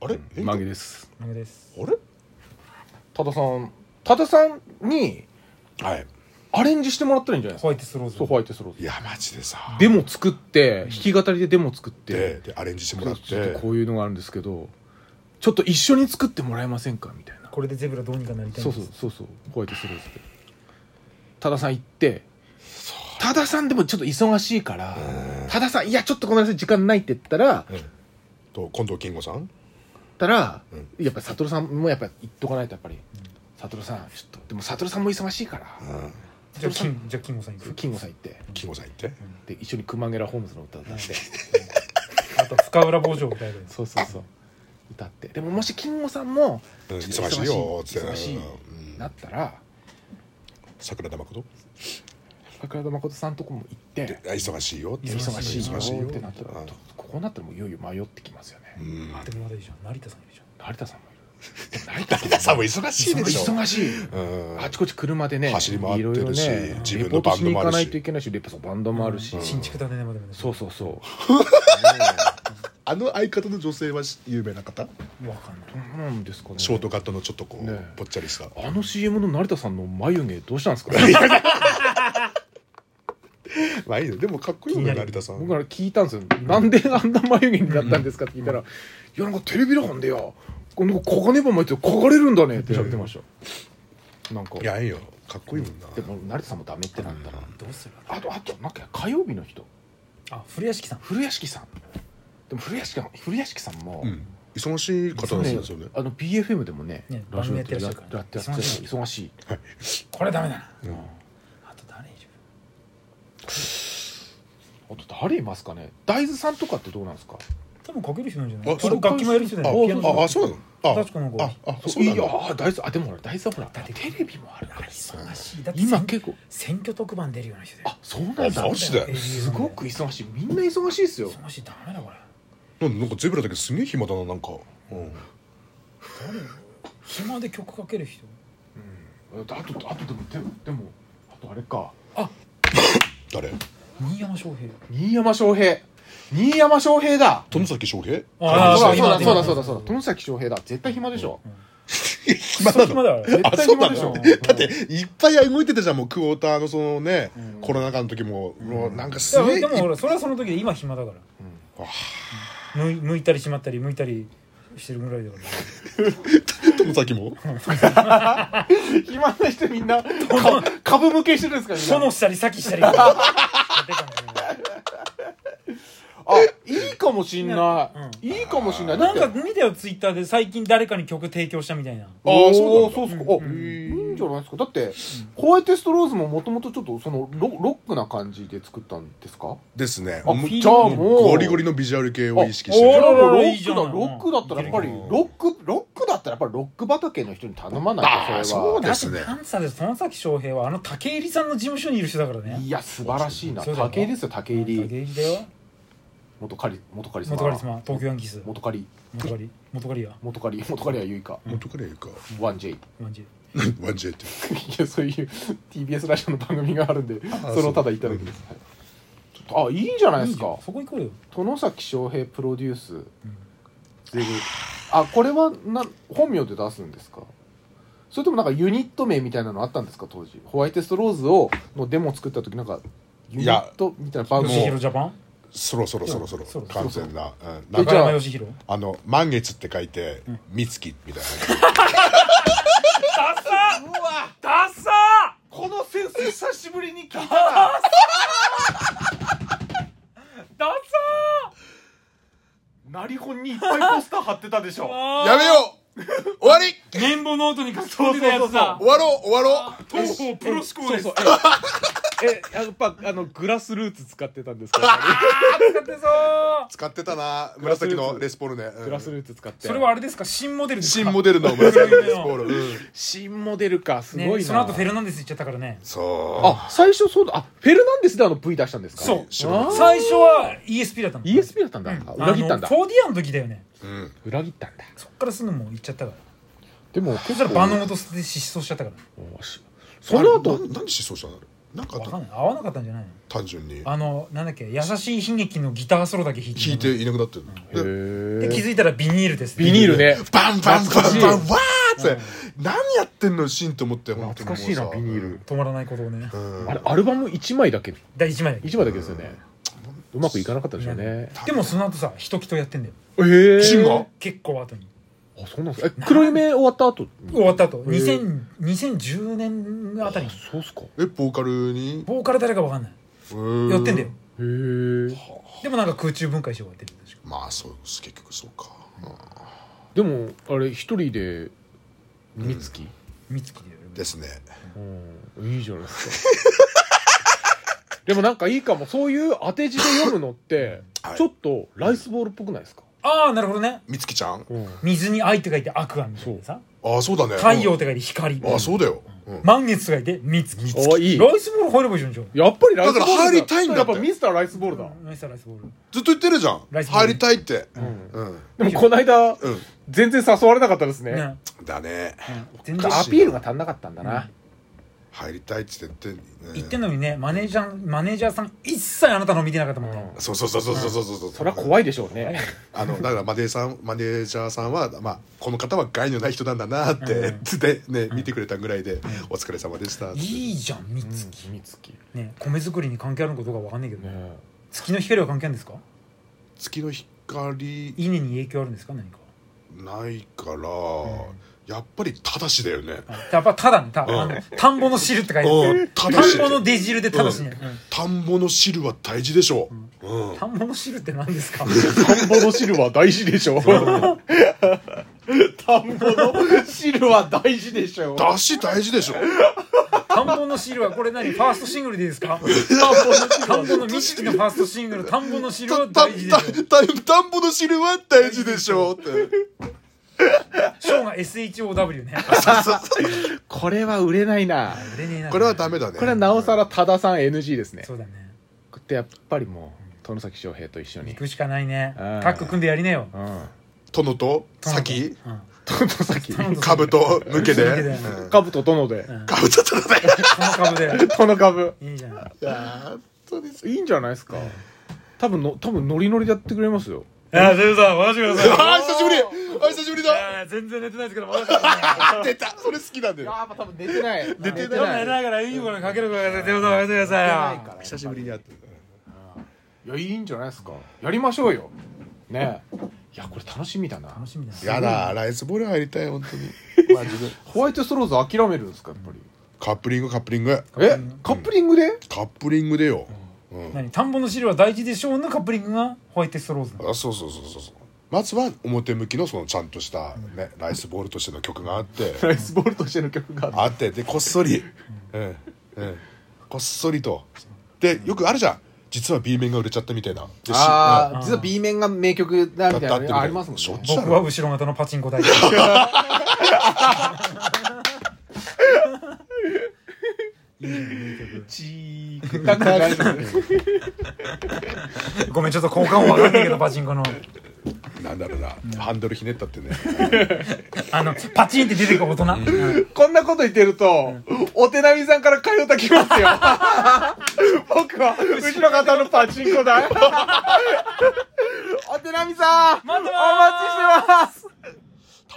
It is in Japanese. あれえマギですマグですあれ多田さん多田さんにはいアレンジしてもらったらいいんじゃないですホワかイトスローズそうホワイトスローいズやマジでさデモ作って弾き語りでデモ作ってででアレンジしてもちょらっってとこういうのがあるんですけどちょっと一緒に作ってもらえませんかみたいなこれでゼブラどうにかなりたいんそでうすそうそうそうホワイトスローズで多田さん行って多田さんでもちょっと忙しいから多田さんいやちょっとごめんなさい時間ないって言ったらうんと近藤金吾さんたら、うんやっぱ悟さんもやっぱ言っとかないとやっぱり、悟さんちょっとでも悟さんも忙しいから、うんじゃあ金じゃあ金吾さん行く金吾さん行って金吾さん行ってで一緒に「クマゲラホームズ」の歌歌って、あと深浦坊城みたいなそうそうそう歌ってでももし金吾さんもうんちょっ忙としいよつって忙しいうんなったら桜田誠桜田誠さんとこも行ってあ忙しいよって忙しいよ忙しいよってなったらうんとここになったらもういよいよ迷ってきますよね、うんあでもまだいいじゃん成田さんいるじゃん成田さんもいる成成田さんも忙しいでしょ忙しいうんあちこち車でね走り回ってるしいろいろね自分のレポートしに行バンドもあかるしないといけないしレポそうバンドもあるし、新築だねまだまだそうそうそうあの相方の女性は有名な方わかんないどうなんですかねショートカットのちょっとこねうぽっちゃりしたあの CM の成田さんの眉毛どうしたんですかまあいいねでもかっこいいよ気にねなる成田さん僕ら聞いたんですよなんであんな眉毛になったんですかって聞いたら「いやなんかテレビだかんでやこの黄金ば巻いてると焦がれるんだね」って喋ってましたなんかいやいいよかっこいいもんなでも成田さんもダメってなったらどうするあとあとなんか火曜日の人あ古屋敷さん古屋敷さんでも古屋敷さん古屋敷さんも、うん忙しい方なんですよねあの BFM でもねねラジオ番組やってらっしゃるからやってらっしゃる忙しいこれダメだなうんあと誰いるあと誰いますかね大豆さんとかってどうなんですか多分かける人なんじゃないあそう楽器もやる人だあよピアノああそうなのあ確かなんかああそそうういなやんだ大豆あでもほら大豆はほらテレビもあるから忙しいだって今今結構選挙特番出るような人だよあそうなんだあマジですごく忙しいみんな忙しいですよ忙しいダメだこれなんなんかゼブラだけどすげえ暇だななんかうん誰暇で曲かける人あとあとでもでもでもあとあれか誰新山翔平新山翔平新山翔平だ富崎翔平あーそうだそう今だそうだ今そうだそうだ友崎翔平だ絶対暇でしょ暇なの暇だ よ絶対暇でしょだっていっぱい動いてたじゃんもうクォーターのそのねうんコロナ禍の時ももうなんかすいげやえでもほらそれはその時で今暇だからあ抜い抜いたりしまったり向いたりしてるぐらいだから友崎も暇な人みんなか株向けしてるんですから書みんなのしたり先したりやってたんだよあいいかもしんない、いいかもしんないだなっんてか見たよツイッターで最近誰かに曲提供したみたいなあーそうなんだそうすかあいいんじゃないですかだってホワイトストローズももともとちょっとそのロロックな感じで作ったんですかですねあもうじゃあもうゴリゴリのビジュアル系を意識しあてあるらららロッいいクじゃだんロックだったらやっぱりうんロックロックだったらやっぱりロック畑の人に頼まないとあーそれはそうですね関西で園崎翔平はあの武入さんの事務所にいる人だからねいや素晴らしいなそうだよ竹井ですよ竹武井入だよ元カリ元カリ様元カリ様東京ヤンキース元カリ元カリ元カリや元カリ元カリはゆいか元から言うか 1J いマジワンジェイってや そういう TBS ラジオの番組があるんであそのただいただけですはいちょっとあいいんじゃないですいいかじゃんそこ行こうよ殿崎翔平プロデュース、ゼブあこれはな本名で出すんですかそれともなんかユニット名みたいなのあったんですか当時ホワイトストローズをのデモを作った時なんかユニットみたいな番吉組弘ジャパンそろそろそろそろそろそろ完全なうんなん中えかじゃあ山吉弘あの満月って書いて三月みたいダッサうわダッサこのセンス久しぶりに聞いたなダッなりほんにいっぱいポスター貼ってたでしょサなやめよう終わり綿棒ノートに書き込んでたやつだ終わろう終わろう東方プロ志向ですそうそうええやっぱあのグラスルーツ使ってたんですか使ってそう使ってたな紫のレスポールねうんグラスルーツ使ってそれはあれですか新モデルですか新モデルの紫のレスポールうん新モデルかすごいな、ね、その後フェルナンデス行っちゃったからねそうあ最初そうだあフェルナンデスであの V 出したんですかそう知らなかったあ最初は ESP だったのー ESP だったんだ、あ裏切ったんだあの 4D の時だよねうん裏切ったんだそっからすぐもう行っちゃったからでもそ結した構らバンド元捨てて失踪しちゃったからおしそのあれ後ななんで失踪したのあれなんかあわっかたんない合わなかったんじゃないの単純にあのなんだっけ優しい悲劇のギターソロだけ弾いて聞いていなくなってるのでへで気えづいたらビニールですねビニールねバンバンバンバ懐かしンいわーって何やってんのシーンと思って本当懐にもかうさしいなビニール止まらないことをねうんあれアルバム1枚だけ第1枚だけ1枚だけですよねうまくいかなかったでしょうねでもその後さひときとやってんだよええシンが結構後にあそうなんですかえ黒夢終わった後に終わった後へえ2000 2010年あたりにそうっすかへえボーカルにボーカル誰かわかんない寄寄ってんだよえでもなんか空中分解して終わってる確かまあそう結局そうかでもあれ一人で三月、三月でやるうんですねうんいいじゃないですか でもなんかいいかもそういう当て字で読むのって、はいちょっとライスボールっぽくないですか、ああなるほどね美月ちゃんうん水に愛って書いてアクアみたいなさああそうだね太陽って書いて光うんああそうだようん満月と書いて三月三おいいライスボール入ればいいじゃんじゃやっぱりライスボールだから入りたいんだってやっぱミスターライスボールだ、あナイスだライスボールずっと言ってるじゃんライスボール入りたいってんうんでもこの間うん全然誘われなかったですねねだね全ち然ょっとアピールが足んなかったんだな、入りたいって言ってね言ってんのにねマネージャーマネージャーさん一切あなたの見てなかったもんねそうそうそうそうそうそうそうそりゃ怖いでしょうねあのだからマネーさんマネージャーさんは、まあ、この方は害のない人なんだなって、うんでね見てくれたぐらいで、お疲れ様でしたっていいじゃん三月三月ねね米作りに関係あるのかどうかわかんないけどねえ月の光は関係あるんですか月の光稲に影響あるんですか何かないから、やっぱりただしだよね、あやっぱただねたあうんの田んぼの汁って書いてあうんる、た田だしんぼの出汁でただしね、田んぼの汁は大事でしょう、うんうん田んぼの汁って何ですか田んぼの汁は大事でしょ 田んぼの汁は大事でしょだし大事でしょ田んぼの汁はこれ何ファーストシングルでいいですか田んぼの美月のファーストシングル田んぼの汁はた大事でしょたた田んぼの汁は大事でしょ うってショーが SHOW ねこれは売れないな売れねえなこれはダメだねこれはなおさら多田さん NG ですねそうだねこれってやっぱりもう殿崎翔平と一緒に行くしかないねうんタッグ組んでやりねえようん殿と先うん殿崎頼むぞ株と抜けで抜けでうん株と殿でうん株と殿でこの株で殿株いいじゃんいやー本当にいいんじゃないですか多分の多分ノリノリでやってくれますよあ、ゼルさん、任せてくださあー久しぶりあー久しぶりい。いだや全然寝てないですけど、任せてください。出たそれ好きなんだよやっぱ多分出てない 出寝てないから、いいものかけるから、ゼルさん、任せてくださいよ。久しぶりに会っていやいいんじゃないですかやりましょうよねえいやこれ楽しみだな楽しみだね。やだライスボール入りたい本当にマジでホワイトストローズ諦めるんですかやっぱりカップリングカップリングえカップリングでカップリングでようん何田んぼの汁は大事でしょうのカップリングがホワイトストローズなのあそうそうそうそうそうまずは表向きのそのちゃんとしたねライスボールとしての曲があってライスボールとしての曲があってでこっそりうんうんこっそりとでよくあるじゃん実は B 面が売れちゃったみたいなでしあうんあ実は B 面が名曲だみたいだなっねてみたいなありますもんしょっねちゅう僕は後ろ型のパチンコ台いいねいい曲ちーくたくな るごめんちょっと交換わかんないけどパチンコのなんだろうなハンドルひねったってねあのパチンって出てくる大人うん こんなこと言ってるとお手並みさんから通ったきます よ僕は後ろ方のパ チンコだお手並みさ待っんてまーすお待ちしてます